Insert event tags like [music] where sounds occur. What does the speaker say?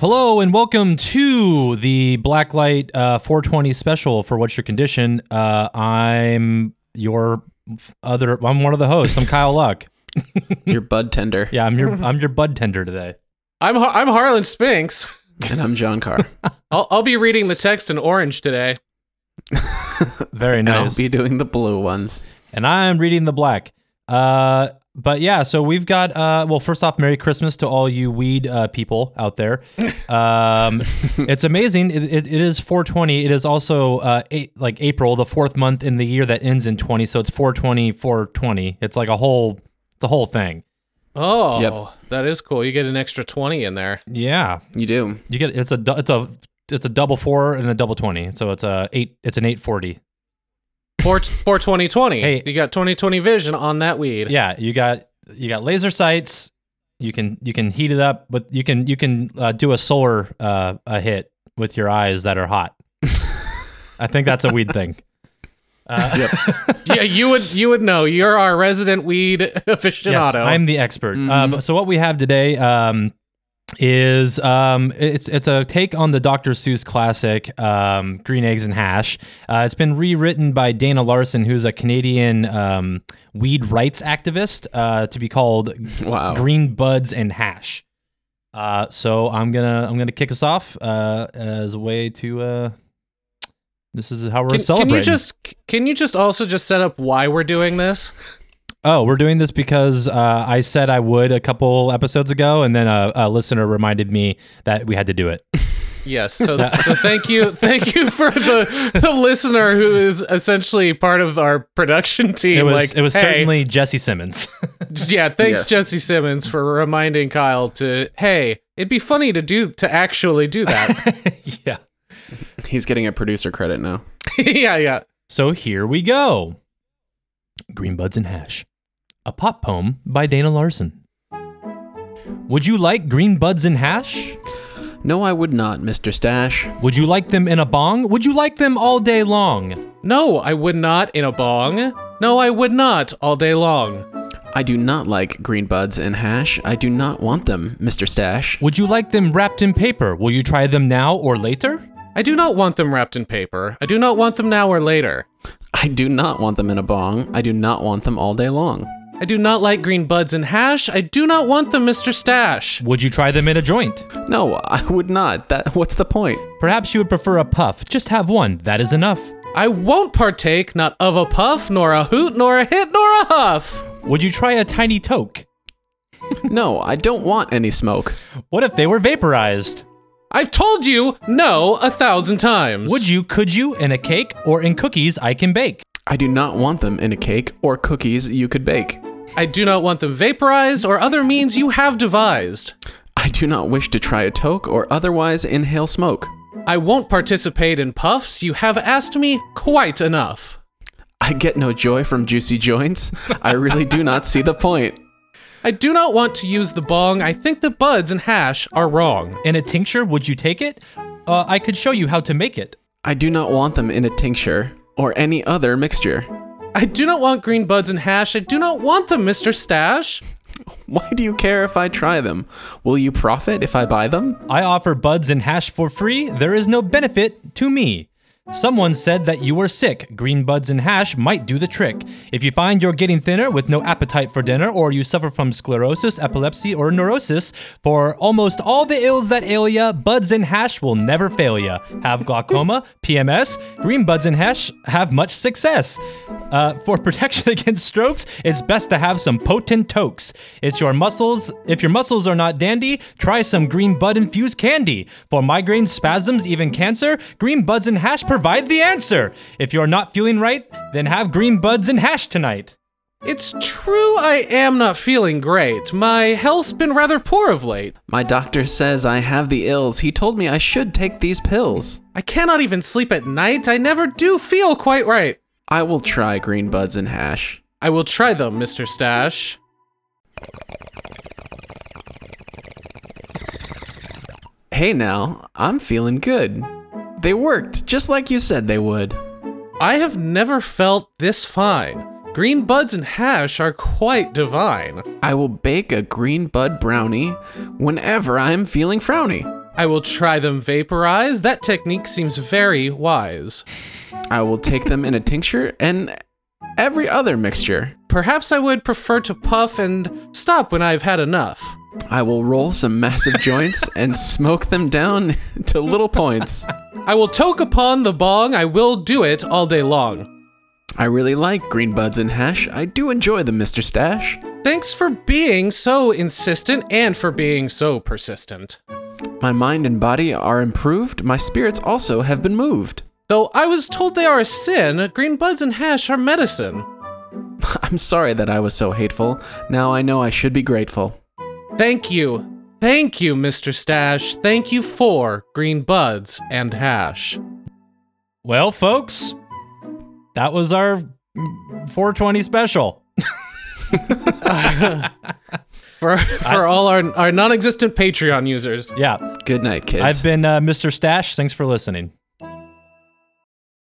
Hello and welcome to the Blacklight uh, 420 special for What's Your Condition. Uh, I'm your other. I'm one of the hosts. I'm Kyle Luck. Your bud tender. Yeah, [laughs] I'm your I'm your bud tender today. I'm Har- I'm Harlan Spinks. And I'm John Carr. I'll, I'll be reading the text in orange today. Very And nice. I'll be doing the blue ones. and I'm reading the black. Uh, but yeah, so we've got uh, well, first off, Merry Christmas to all you weed uh, people out there. Um, it's amazing. It, it, it is 420. It is also uh, a- like April, the fourth month in the year that ends in 20. So it's 420, 420. It's like a whole, it's a whole thing. Oh, Yep. that is cool. You get an extra 20 in there. Yeah, You do. you get it's a du- it's a it's a double four and a double twenty. So it's a eight. It's an eight forty. 4 for 2020. Hey. You got 2020 vision on that weed. Yeah, you got you got laser sights. You can you can heat it up, but you can you can uh, do a solar uh, a hit with your eyes that are hot. I think that's a weed thing. Uh, Yeah, you would you would know. You're our resident weed [laughs] aficionado. yes, I'm the expert. Uh, Mhm. but- so what we have today um, is um, it's it's a take on the Dr. Seuss classic um, Green Eggs and Hash. Uh, it's been rewritten by Dana Larson, who's a Canadian um, weed rights activist, uh, to be called Oh. Wow. green buds and hash. Uh, so I'm gonna I'm gonna kick us off uh, as a way to. Uh, this is how we're can, can celebrating. you just can you just also just set up why we're doing this? oh, we're doing this because uh, I said I would a couple episodes ago, and then a, a listener reminded me that we had to do it. Yes. So, so thank you thank you for the the listener who is essentially part of our production team. It was like it was hey, certainly Jesse Simmons. [laughs] Yeah, thanks Yes. Jesse Simmons for reminding Kyle to hey, it'd be funny to do to actually do that. [laughs] yeah. He's getting a producer credit now. yeah, yeah. So here we go. Green Buds and Hash, a pop poem by Dana Larson. Would you like green buds and hash? No, I would not, Mr. Stash. Would you like them in a bong? Would you like them all day long? No, I would not in a bong. No, I would not all day long. I do not like green buds and hash. I do not want them, Mr. Stash. Would you like them wrapped in paper? Will you try them now or later? I do not want them wrapped in paper. I do not want them now or later. I do not want them in a bong. I do not want them all day long. I do not like green buds and hash. I do not want them, Mr. Stash. Would you try them in a joint? No, I would not. That what's the point? Perhaps you would prefer a puff. Just have one. That is enough. I won't partake not of a puff, nor a hoot, nor a hit, nor a huff. Would you try a tiny toke? No, I don't want any smoke. What if they were vaporized? I've told you no a thousand times. Would you, could you, in a cake or in cookies I can bake? I do not want them in a cake or cookies you could bake. I do not want them vaporized or other means you have devised. I do not wish to try a toke or otherwise inhale smoke. I won't participate in puffs. You have asked me quite enough. I get no joy from juicy joints. I really do not see the point. I do not want to use the bong. I think the buds and hash are wrong. In a tincture, would you take it? Uh, I could show you how to make it. I do not want them in a tincture or any other mixture. I do not want green buds and hash. I do not want them, Mr. Stash. Why do you care if I try them? Will you profit if I buy them? I offer buds and hash for free. There is no benefit to me. Someone said that you were sick. Green buds and hash might do the trick. If you find you're getting thinner with no appetite for dinner, or you suffer from sclerosis, epilepsy, or neurosis, for almost all the ills that ail ya, buds and hash will never fail ya. Have glaucoma, PMS, green buds and hash have much success. Uh, for [laughs] protection against strokes, it's best to have some potent tokes. It's your muscles. If your muscles are not dandy, try some green bud infused candy. For migraines, spasms, even cancer, green buds and hash provide the answer. If you're not feeling right, then have green buds and hash tonight. It's true, I am not feeling great. My health's been rather poor of late. My doctor says I have the ills. He told me I should take these pills. I cannot even sleep at night. I never do feel quite right. I will try green buds and hash. I will try them, Mr. Stash. Hey now, I'm feeling good. They worked, just like you said they would. I have never felt this fine. Green buds and hash are quite divine. I will bake a green bud brownie whenever I'm feeling frowny. I will try them vaporize. That technique seems very wise. I will take them in a tincture and every other mixture. Perhaps I would prefer to puff and stop when I've had enough. I will roll some massive joints and smoke them down [laughs] to little points. I will toke upon the bong. I will do it all day long. I really like green buds and hash. I do enjoy them, Mr. Stash. Thanks for being so insistent and for being so persistent. My mind and body are improved. My spirits also have been moved. [laughs] Though I was told they are a sin, green buds and hash are medicine. I'm sorry that I was so hateful. Now I know I should be grateful. Thank you. Thank you, Mr. Stash. Thank you for green buds and hash. Well, folks, that was our 420 special. For, for all our, our non existent Patreon users. Yeah. Good night, kids. I've been uh, Mr. Stash. Thanks for listening.